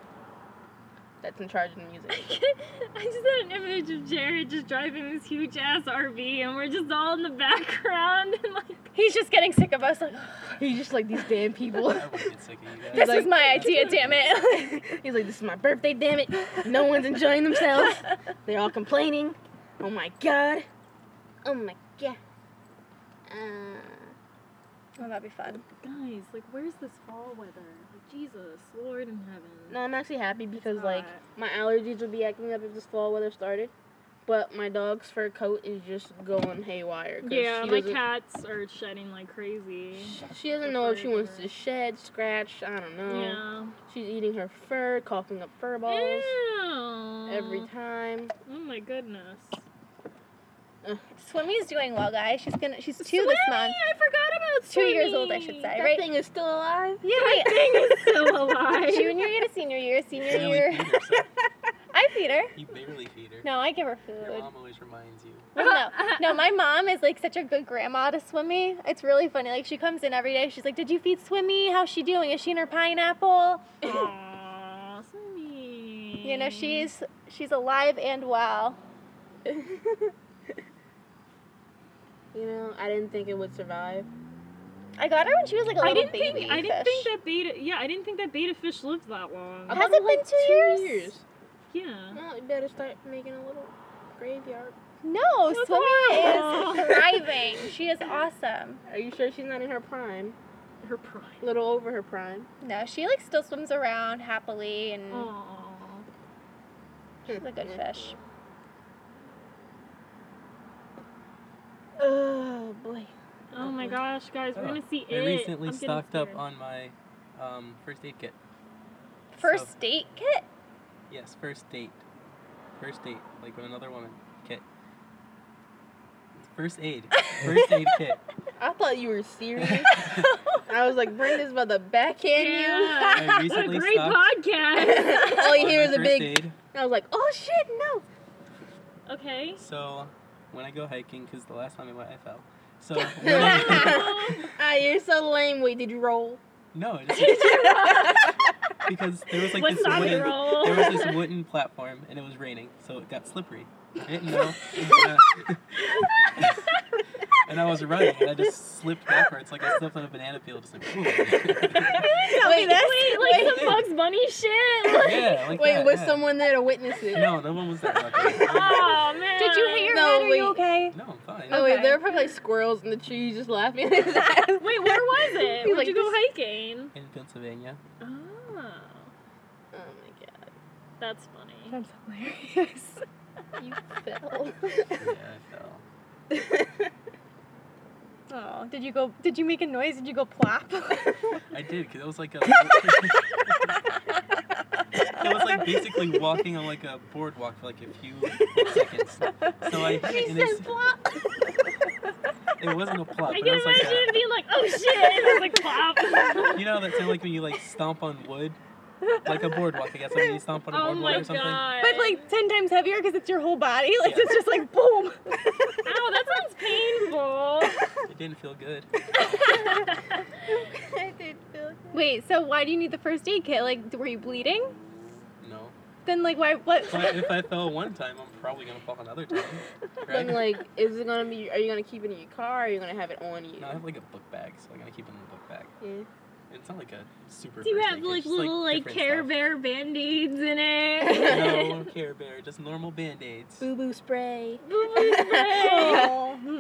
that's in charge of the music. I just had an image of Jared just driving this huge ass RV, and we're just all in the background, and like, He's just getting sick of us. Like, He's just like these damn people. I would get sick of you guys. this like- was my idea, damn it. He's like, this is my birthday, damn it. No one's enjoying themselves. Uh, They're all complaining. Oh my god. Oh my god. Uh, oh, that'd be fun. guys, like, where's this fall weather? Like, Jesus, Lord in heaven. no, I'm actually happy because It's like hot. my allergies would be acting up if this fall weather started. But my dog's fur coat is just going haywire. 'cause Yeah, she my doesn't- cats are shedding like crazy. She doesn't know if she wants to shed, scratch, I don't know. Yeah. She's eating her fur, coughing up fur balls Ew. every time. Oh my goodness. Swimmy's doing well, guys. She's gonna. She's two this month. I forgot about Two years old, I should say. That right? thing is still alive. Yeah, That thing is still alive. Junior year to senior year, senior You barely year. feed her. son. I feed her. You barely feed her. No, I give her food. Your mom always reminds you. Well, no, no, my mom is like such a good grandma to Swimmy. It's really funny. Like she comes in every day. She's like, "Did you feed Swimmy? How's she doing? Is she in her pineapple?" Aw, Sammy. You know, she's she's alive and well. you know, I didn't think it would survive. I got her when she was like a little I didn't baby. think I didn't think fish. that beta. Yeah, I didn't think that beta fish lived that long. Has it been two years? Yeah. Well, you better start making a little graveyard. No, Look Swimmy at is thriving. She is awesome. Are you sure she's not in her prime? Her prime. A little over her prime. No, she like still swims around happily and Aw. she's a good Hmm. fish. Oh boy. Oh my gosh, guys, we're Oh, gonna see I it. recently I'm getting stocked up scared. on my um, first aid kit. First So- date kit. yes, first date. First date, like with another woman. Kit. First aid. First aid kit. I thought you were serious. I was like, Brenda's about to backhand Yeah. I What a recently great stocked podcast. you. All you on hear is my a first big. aid. I was like, oh shit, no. Okay. So, when I go hiking, because the last time I went, I fell. So, when I, Ah, you're so lame. Wait, did you roll? no, it just, because there was like What's this on wooden, the roll? there was this wooden platform, and it was raining, so it got slippery. I didn't know. and I was running, and I just slipped backwards, like I slipped on a banana peel, just like. Ooh. wait, Wait, like some Bugs Bunny shit. Like, yeah, like wait, that, was yeah. someone there to witness it? No, no one was there. luckily. oh man. Did you hit your No, head? Are you wait. okay? no, I'm fine. Oh wait, Okay. there were probably like squirrels in the trees just Oh, laughing at his ass. Wait, where was it? He's Where'd like, you go this- hiking? In Pennsylvania. Oh, Oh my that's funny. That's hilarious. god, you fell. Yeah, I fell. Oh, did you go? Did you make a noise? Did you go plop? I did, because it was like a. it was like basically walking on like a boardwalk for like a few seconds. So I hit it, and it's, plop. it wasn't a plop, I but it can was like imagine it a, being like, oh shit, and it's like plop. you know that sound like when you like stomp on wood, like a boardwalk. I guess like when you stomp on a oh boardwalk my or something. god. but like ten times heavier because it's your whole body. Like Yeah. it's just like boom. ow, that sounds painful. It didn't feel good. I did feel. Wait, so why do you need the first aid kit? Like, were you bleeding? No, Then like why? What? but if I fell one time, I'm probably gonna fall another time. Right? I'm like, is it gonna be? Are you gonna keep it in your car? Or are you gonna have it on you? no, I have like a book bag, so I gotta keep it in the book bag. Yeah. It's not like a super. Do you first have aid kit, like just, little like, different Care stuff. Bear band aids in it? No Care Bear, just normal band aids. Boo boo spray. Boo boo spray. Oh, hmm.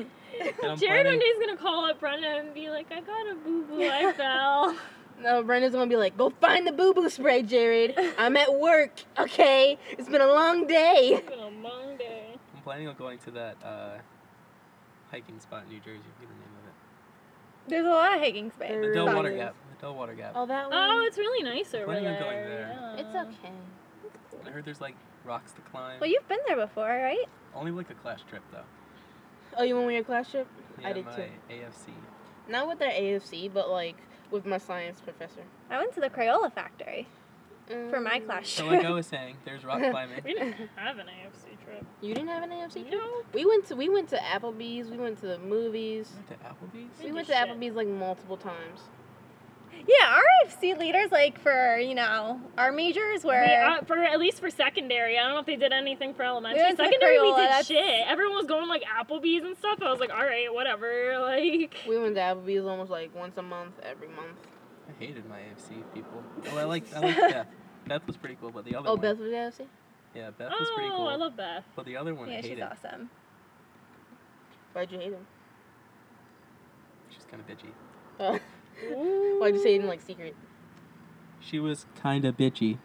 Jared one day's gonna call up Brenda and be like, I got a boo boo, I fell. No, Brenda's gonna be like, go find the boo boo spray, Jared. I'm at work. Okay, it's been a long day. It's been a long day. I'm planning on going to that uh, hiking spot in New Jersey. I forget the name of it. There's a lot of hiking space. There- The Del Spot Water is. Gap. The Del Water Gap. Oh, that one. Oh, it's really nice over Planning there. on going there. Yeah. it's okay. I heard there's like rocks to climb. Well, you've been there before, right? Only like a class trip though. Oh, you went with your class trip? I Yeah, did my too. AFC. Not with their AFC, but like with my science professor. I went to the Crayola factory for my Mm. class. So like I was saying, there's rock climbing. We didn't have an AFC trip. You didn't have an AFC trip? No. We went to we went to Applebee's. We went to the movies. Went to Applebee's. We Did went to you shit? Applebee's like multiple times. Yeah, RFC leaders like for you know our majors were We, uh, for at least for secondary, I don't know if they did anything for elementary. We went to the secondary, we Crayola, did that's- shit. Everyone was going like Applebee's and stuff. I was like, all right, whatever. Like, We went to Applebee's almost like once a month, every month. I hated my AFC people. Oh, I liked I liked Beth. Beth was pretty cool, but the other Oh, one- Beth was at AFC? Yeah, Beth was pretty oh, cool. I love Beth. but the other one I yeah, she's hated. awesome. Why'd you hate him? She's kind of bitchy. Oh. Why'd you say it in like secret? She was kind of bitchy.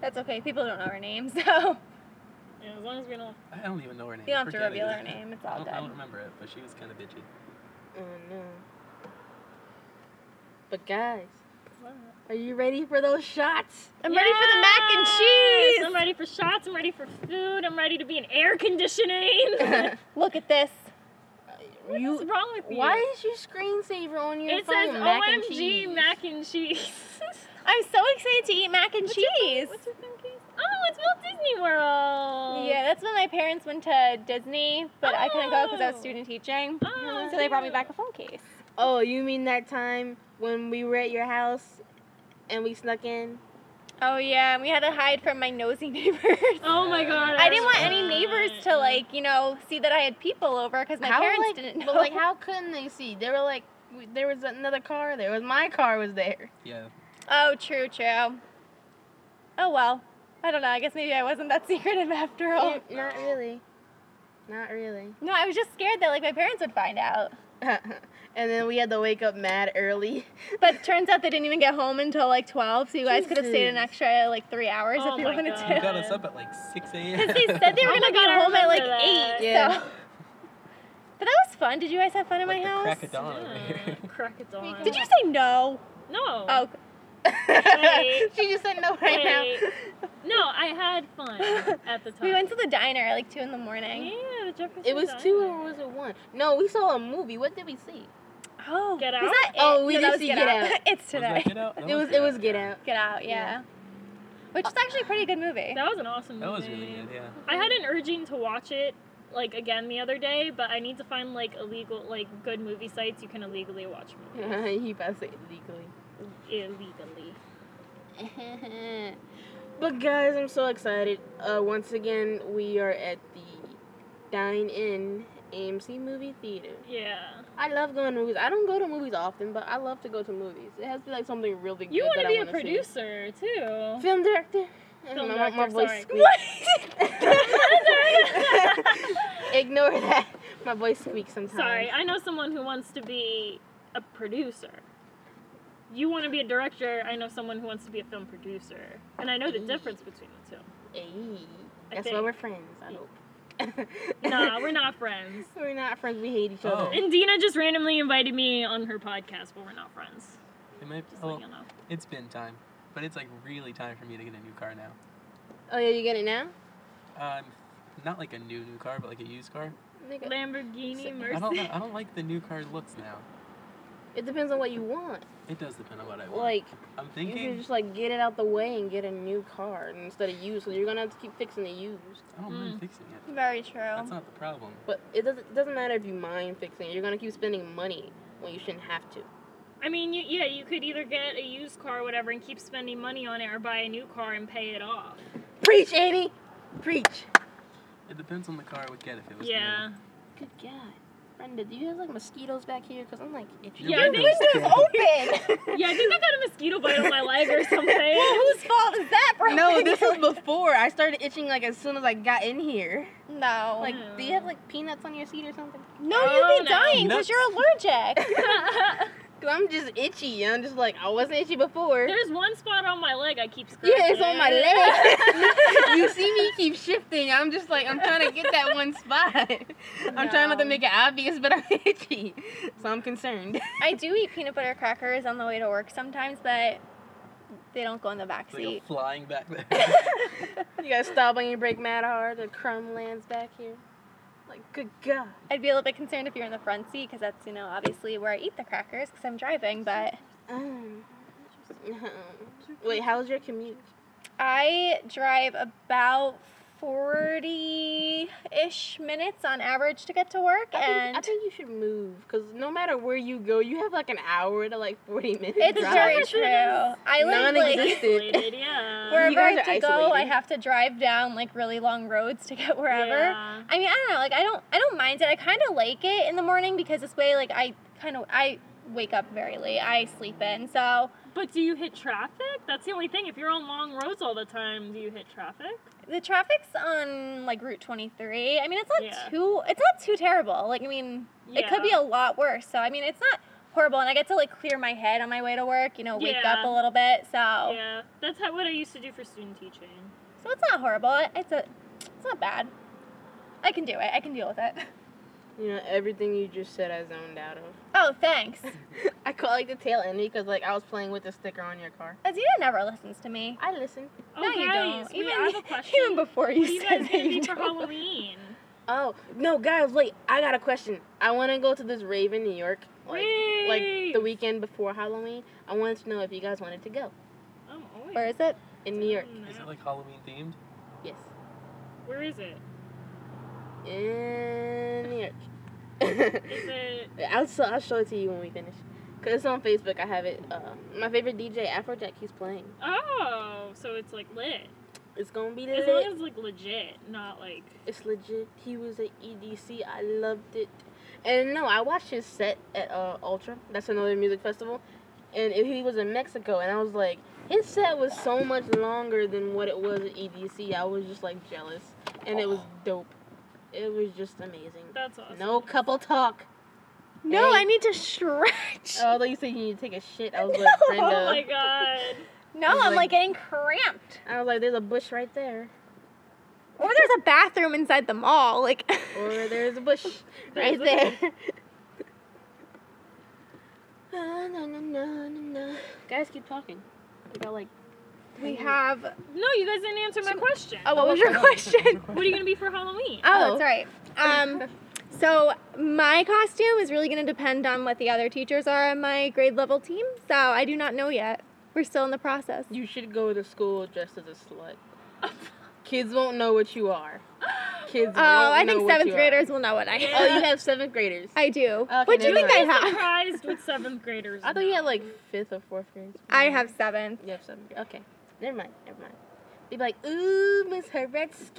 That's okay. People don't know her name, so Yeah, as long as we don't. I don't even know her name. you don't have to Forget it. reveal her name. It's I all don't, I don't done. remember it, but she was kind of bitchy. oh no. But guys, What? are you ready for those shots? I'm ready for the mac and Yes! Oh cheese. I'm ready for shots. I'm ready for food. I'm ready to be in air conditioning. what Look at this. is you. wrong with you? Why is your screensaver on your It says phone? mac and OMG cheese. mac and cheese. I'm so excited to eat mac and cheese. What's your phone case? Oh, it's Walt Disney World. Yeah, that's when my parents went to Disney, but I couldn't go because I was Oh. student teaching. Oh, so they brought me yeah. back a phone case. Oh, you mean that time when we were at your house and we snuck in? Oh yeah, and we had to hide from my nosy neighbors. Oh my god. I didn't want any remember neighbors that. to like, you know, see that I had people over because my parents like, didn't know. But like, how couldn't they see? They were like, w- there was another car. There was my car was there. Yeah. Oh, true, true. Oh well, I don't know. I guess maybe I wasn't that secretive after all. Oh. Eh, not really. Not really. No, I was just scared that like my parents would find out. and then we had to wake up mad early. But it turns out they didn't even get home until like twelve, so you guys could have stayed an Jesus. extra like three hours Oh if you my wanted God. You to. got us up at like 6 a.m. Because they said they were Oh my God, gonna be I home at like remember that. eight. Yeah. So. But that was fun. Did you guys have fun at my like the house? crack of dawn over Yeah, here. Crack a dawn. Did you say no? No. Oh, Wait. she just said no right Wait. No, I had fun at the time. we went to the diner at like two in the morning. Yeah, the Jefferson now. It was Diner. two or was it one? No, we saw a movie. What did we see? Oh, Get Was Out? that it? Oh, we No, did that was see get Get out. Out. it's Was that today. Get Out? That it was it was Get yeah. Out. Get out, yeah. Which is actually a pretty good movie. That was an awesome That was movie. really good, yeah. I had an urging to watch it like again the other day, but I need to find like illegal like good movie sites you can illegally watch movies. he about to say legally. Illegally. but guys, I'm so excited. Uh, once again, we are at the Dine In AMC Movie Theater. Yeah. I love going to movies. I don't go to movies often, but I love to go to movies. It has to be like something really good. You want to be a a producer too. Film director. Film my, Oh. my director, voice sorry. squeaks. Ignore that. My voice squeaks sometimes. Sorry, I know someone who wants to be a producer. You want to be a director, I know someone who wants to be a film producer. And I know the difference between the two. Ayy. I That's why think- we're friends. I hope. Nah, we're not friends. We're not friends. We hate each Oh. other. And Dina just randomly invited me on her podcast, but we're not friends. It might, Just well, so you know. it's been time, but it's like really time for me to get a new car now. Oh yeah, you get it now. Um, not like a new new car, but like a used car. Nigga, Lamborghini Mercy. I don't know. I don't like the new car looks now. It depends on what you want. It does depend on what I want. Like I'm you thinking. should just like get it out the way and get a new car instead of used. Cause you're gonna have to keep fixing the used. I don't mind Mm. fixing it. Very true. That's not the problem. But it doesn't it doesn't matter if you mind fixing it. You're gonna keep spending money when you shouldn't have to. I mean, you, yeah, you could either get a used car or whatever and keep spending money on it or buy a new car and pay it off. Preach, Annie. Preach. It depends on the car I would get if it was yeah. new. Good God, Brenda, do you have like mosquitoes back here? Cause I'm like itchy. Yeah, I Your think- window's Window's open. open. Yeah, I think I got a mosquito bite on my leg or something. Whose fault is that, bro? No, this was before. I started itching like as soon as I got in here. no. Like, Like, do you have like peanuts on your seat or something? no, Oh, no. you'd be dying because you're allergic. Cause I'm just itchy. I'm just like I wasn't itchy before. There's one spot on my leg I keep scratching. Yeah, it's on my leg. you see me keep shifting. I'm just like I'm trying to get that one spot. I'm trying not to No. make it obvious, but I'm itchy, so I'm concerned. I do eat peanut butter crackers on the way to work sometimes, but they don't go in the back It's like seat. a flying back there. You gotta stop when you break mad hard. The crumb lands back here. Like good God. I'd be a little bit concerned if you're in the front seat because that's, you know, obviously where I eat the crackers because I'm driving. But Um, wait, how's your commute? I drive about 40-ish minutes on average to get to work, I think, I and think you should move because no matter where you go, you have like an hour to like 40 minutes. it's drive. very Drive. true. I live like Non-existent. Isolated, yeah. We're- You wherever I guys have are to go, I isolated. have to drive down like really long roads to get wherever. Yeah. I mean, I don't know. Like, I don't, I don't mind it. I kind of like it in the morning because this way, like, I kind of, I wake up very late. I sleep in, so But do you hit traffic? That's the only thing. If you're on long roads all the time, do you hit traffic? the traffic's on like Route 23. I mean, it's not Yeah. too, it's not too terrible. Like, I mean, it could be Yeah. a lot worse. So, I mean, it's not horrible, and I get to like clear my head on my way to work. You know, wake up Yeah. a little bit. So, Yeah, that's how, what I used to do for student teaching. so it's not horrible. It's a, it's not bad. I can do it. I can deal with it. You know, everything you just said, I zoned out of. Oh, thanks. I caught like the tail end because like I was playing with the sticker on your car. Azita never listens to me. I listened. Oh, no, guys, you wait, don't. Even, I have a question. even before you what are you said guys that gonna you be for don't. Halloween? Oh no, guys! Wait, I got a question. I want to go to this rave in New York, like like the Rave! weekend before Halloween. I wanted to know if you guys wanted to go I'm always Where is it? in New York. down Is there. it like Halloween themed? Yes, Where is it? in New York. Is it? I'll show, I'll show it to you when we finish. Cause it's on Facebook. I have it. Uh, my favorite DJ Afrojack. He's playing. Oh, so it's like lit. It's gonna be As long lit. as like legit, not like. It's legit. He was at EDC. I loved it. And no, I watched his set at uh, Ultra. That's another music festival. And it- he was in Mexico, and I was like, his set was so much longer than what it was at EDC. I was just like jealous, and it was dope. It was just amazing. That's awesome. No couple talk. No, Hey. I need to stretch. Oh, I thought you said you need to take a shit. I was No. like, Oh kinda. my god. no, I was I'm like like- getting cramped. I was like, there's a bush right there, Or there's a bathroom inside the mall. Like, or there's a bush There's right a there. Na, na, na, na, na, na. Guys, keep talking. We got like we have. No, you guys didn't answer my question. Oh, what was your question? What are you gonna be for Halloween? Oh, Oh. that's right. Um, so my costume is really going to depend on what the other teachers are on my grade level team. So I do not know yet. We're still in the process. You should go to school dressed as a slut. Kids won't know what you are. Kids. Oh, I won't know think what seventh you are. graders will know what I am. Oh, you have seventh graders. I, I do. Okay, what do you never think I I'm have? surprised with seventh graders. thought you had like fifth or fourth graders. I have seven. You have seventh. grade. Okay, never mind. Never mind. They'd be like, ooh, Miss Heretsky.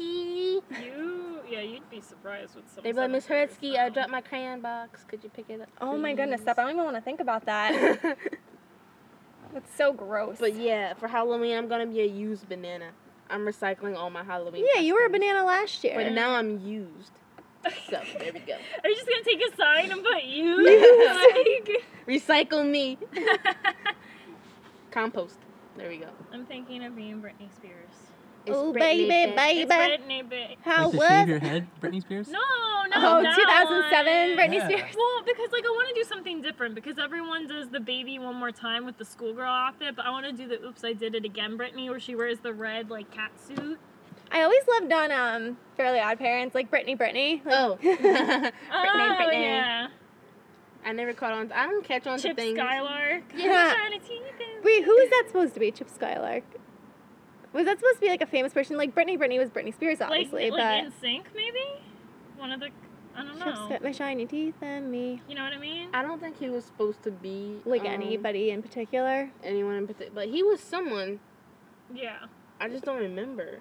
You, yeah, you'd be surprised with some. They'd be like, Miss seventh Heretsky, graders, I though. dropped my crayon box. Could you pick it up? Oh my goodness, please?" Steph, I don't even want to think about that. That's so gross. but yeah, for Halloween, I'm gonna be a used banana. I'm recycling all my Halloween. yeah, you were a costumes. banana last year. But now I'm used. So there we go. Are you just gonna take a sign and put you? Yes. Recycle me. like- Compost. There we go. I'm thinking of being Britney Spears. oh Britney, baby, bitch. baby, It's Britney, Brit- how like to shave was? your head, Britney Spears? No, no. oh, that 2007, one. Britney Yeah. Spears. Well, because like I want to do something different because everyone does the baby one more time with the schoolgirl outfit, but I want to do the oops I did it again Britney where she wears the red like cat suit. I always loved on um Fairly Odd Parents, like Britney, Britney. Like, Oh. Britney, oh Britney. yeah, I never caught on. I don't catch on to Chip things. Skylark. Yeah. Trying to teeth it. Wait, who was that supposed to be? Chip Skylark. Was that supposed to be like a famous person? Like Britney, Britney was Britney Spears, Like, obviously, like in but sync maybe. One of the I don't Chip's know. got Uh, my shiny teeth and me. You know what I mean? I don't think he was supposed to be Like um, anybody in particular. anyone in particular, but he was someone. Yeah. I just don't remember.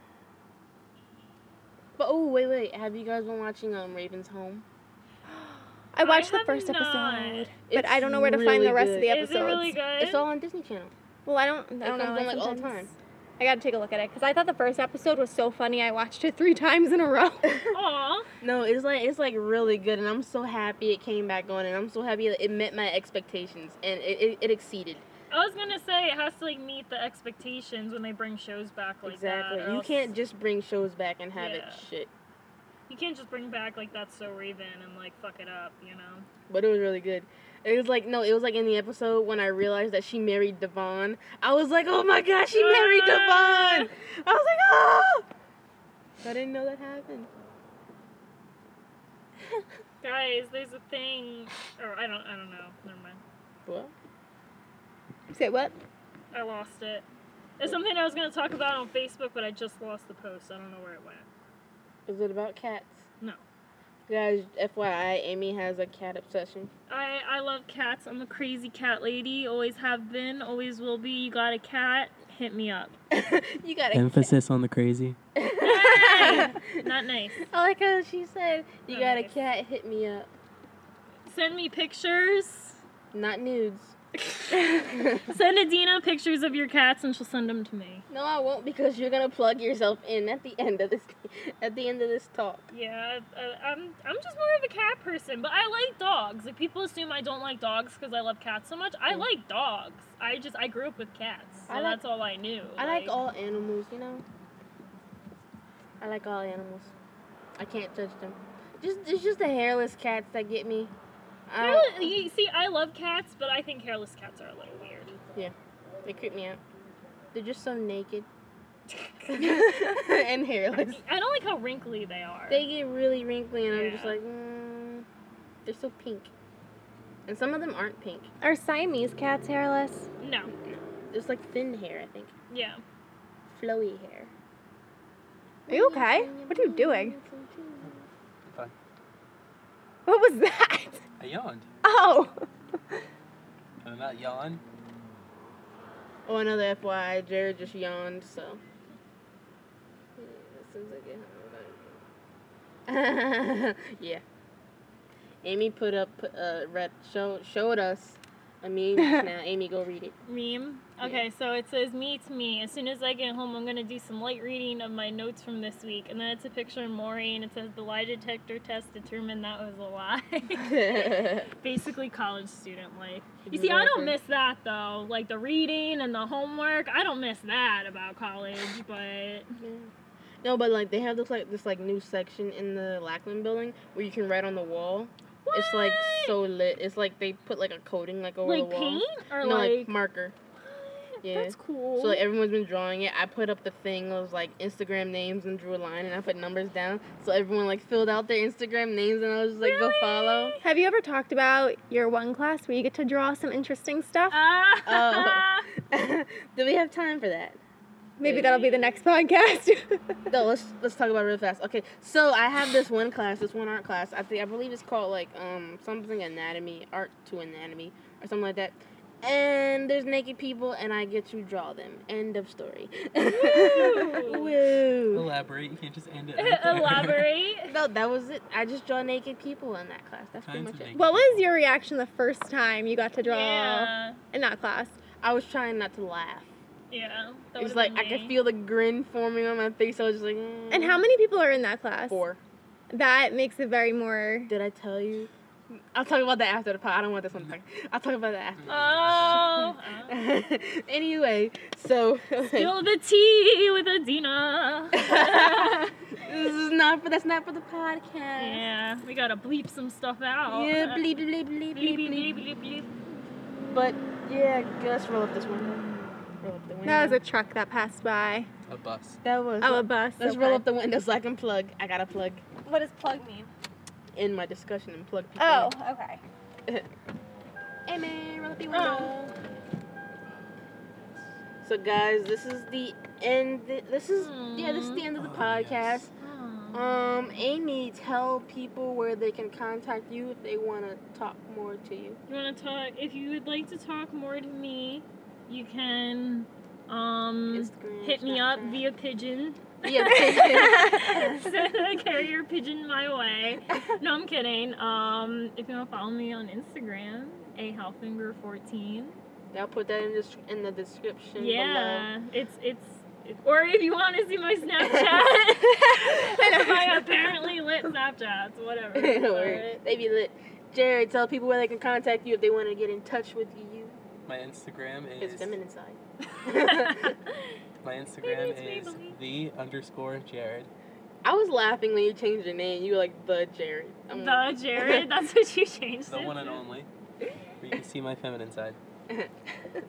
But oh wait, wait. Have you guys been watching um Raven's Home? I watched the have first not. episode, but I It's don't know where to find really the rest of good. the Is episodes. it really good? It's all on Disney Channel. Well, I don't, I It don't know. comes on, like, all the sometimes- time. I gotta take a look at it because I thought the first episode was so funny. I watched it three times in a row. Aw. No, it's like it's like really good, and I'm so happy it came back on, and I'm so happy that it met my expectations, and it, it, it exceeded. I was gonna say it has to like meet the expectations when they bring shows back like exactly. that. or you else can't just bring shows back and have it Yeah. shit. you can't just bring back like that's so Raven and like fuck it up, you know. But it was really good. It was like no, it was like in the episode when I realized that she married Devon. I was like, oh my gosh, she married Ah. Devon. I was like, oh. I didn't know that happened. Guys, there's a thing, or I don't, I don't know. Never mind. What? Say what? I lost it. It's something I was gonna talk about on Facebook, but I just lost the post. I don't know where it went. Is it about cats? No. Guys, FYI, Amy has a cat obsession. I, I love cats. I'm a crazy cat lady. Always have been. Always will be. You got a cat? Hit me up. you got a Emphasis on the crazy. Hey! Not nice. I like how she said, "You Not got a nice. cat? Hit me up." Send me pictures. Not nudes. Send Adina pictures of your cats and she'll send them to me. no, I won't because you're gonna plug yourself in at the end of this. At the end of this talk. Yeah, I, I'm I'm just more of a cat person, but I like dogs. Like people assume I don't like dogs because I love cats so much. I Mm. like dogs. I just I grew up with cats, so I like- that's all I knew. I like all animals, you know. I like all animals. I can't judge them. Just it's just the hairless cats that get me. I don't- Hairless, you see, I love cats, but I think hairless cats are a little weird. They creep me out. They're just so naked and hairless. I don't like how wrinkly they are. They get really wrinkly, and I'm just Yeah. like, mm, they're so pink. And some of them aren't pink. Are Siamese cats hairless? no, It's like thin hair, I think. yeah. Flowy hair. Are you okay? What are you doing? Fine. What was that? I yawned. Oh. Did I not yawn? Oh, another FYI, Jared just yawned, so. Yeah, that seems like it. yeah. Amy put up, uh, read, show, showed us a meme just now. Amy, go read it. Meme. Okay, so it says me to me. As soon as I get home, I'm gonna do some light reading of my notes from this week, and then it's a picture of Maury, and it says the lie detector test determined that was a lie. Basically, college student life. You see, I don't Exactly. miss that though. Like the reading and the homework, I don't miss that about college. But Yeah. No, but like they have this like this like new section in the Lackland building where you can write on the wall. It's like What? so lit. It's like they put like a coating like over the like wall. paint or no, like, like, marker. Yeah. that's cool. So like everyone's been drawing it. I put up the thing of like Instagram names and drew a line and I put numbers down. So everyone like filled out their Instagram names and I was just like go Really? follow. Have you ever talked about your one class where you get to draw some interesting stuff? oh. Ah. Do we have time for that? Maybe that'll be the next podcast. No, let's let's talk about it real fast. Okay, so I have this one class, this one art class. I think I believe it's called like um something anatomy, art to anatomy, or something like that. And there's naked people, and I get to draw them. End of story. Woo! Elaborate. You can't just end it. right there. Elaborate. No, that was it. I just draw naked people in that class. That's pretty Kinds much of it. naked. what was your reaction the first time you got to draw Yeah. in that class? I was trying not to laugh. Yeah. that It's would've like been I could me. feel the grin forming on my face. I was just like. Mm. And how many people are in that class? Four. That makes it very more. Did I tell you? I'll talk about that after the pod. I don't want this one. back. Mm-hmm. I'll talk about that after. Oh. oh. anyway, so Spill the tea with Adina. this is not for that's not for the podcast. yeah, we gotta bleep some stuff out. Yeah, bleep, bleep, bleep, bleep, bleep, bleep, bleep. bleep, bleep, bleep. But yeah, let's roll up this window. Roll up the window. That was a truck that passed by. A bus. That was. Oh, a bus. let's okay. roll up the window so I can plug. I gotta plug What does plug mean? in my discussion and plug. People Oh, okay. Hey man, roll up the window. Oh. So guys, this is the end. This is yeah, this is the end of the Oh, podcast. yes. Oh. Um, Amy, tell people where they can contact you if they want to talk more to you. You wanna talk? If you would like to talk more to me, you can um Instagram, hit me up Snapchat. via pigeon. via Send a carrier pigeon my way. No, I'm kidding. Um, if you want to follow me on Instagram, a halfinger 14. I'll put that in the s- in the description Yeah, it's it's. it- Or if you want to see my Snapchat, my apparently lit Snapchats, whatever. below. But- Word. they be lit. Jared, tell people where they can contact you if they want to get in touch with you. My Instagram It's is feminine side. my Instagram Maybe it's is me, the underscore Jared. I was laughing when you changed your name. You were like the Jared. I'm the Jared, that's what you changed The it one and to. only. Where you can see my feminine side.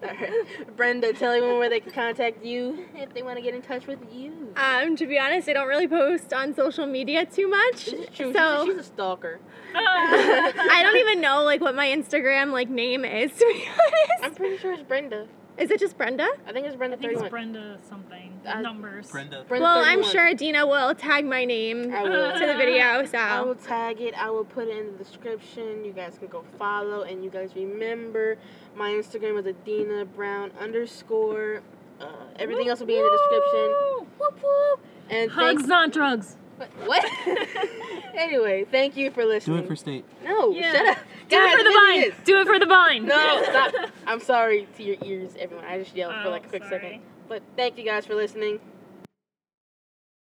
Alright. Brenda, tell everyone where they can contact you if they want to get in touch with you. Um, to be honest, I don't really post on social media too much. This is true. She's a- So she's a stalker. Oh. I don't even know like what my Instagram like name is to be honest. I'm pretty sure it's Brenda. Is it just Brenda? I think it's Brenda I think it's 31. Brenda something. Uh, Numbers. Brenda. Brenda well, I'm 31. sure Dina will tag my name I to will. the video, I will so tag it. I will put it in the description. You guys can go follow. And you guys remember my Instagram is Adina Brown underscore. Uh, everything else will be in the description. Woo! Whoop, whoop. And Hugs, thanks. not drugs. What? anyway, thank you for Do it listening. for state. no, Yeah. shut up. Do Guys, it for the what vine. is this? Do it for the vine. No, stop. I'm sorry to your ears, everyone. I just yelled for Oh, like a quick sorry. second. But thank you guys for listening.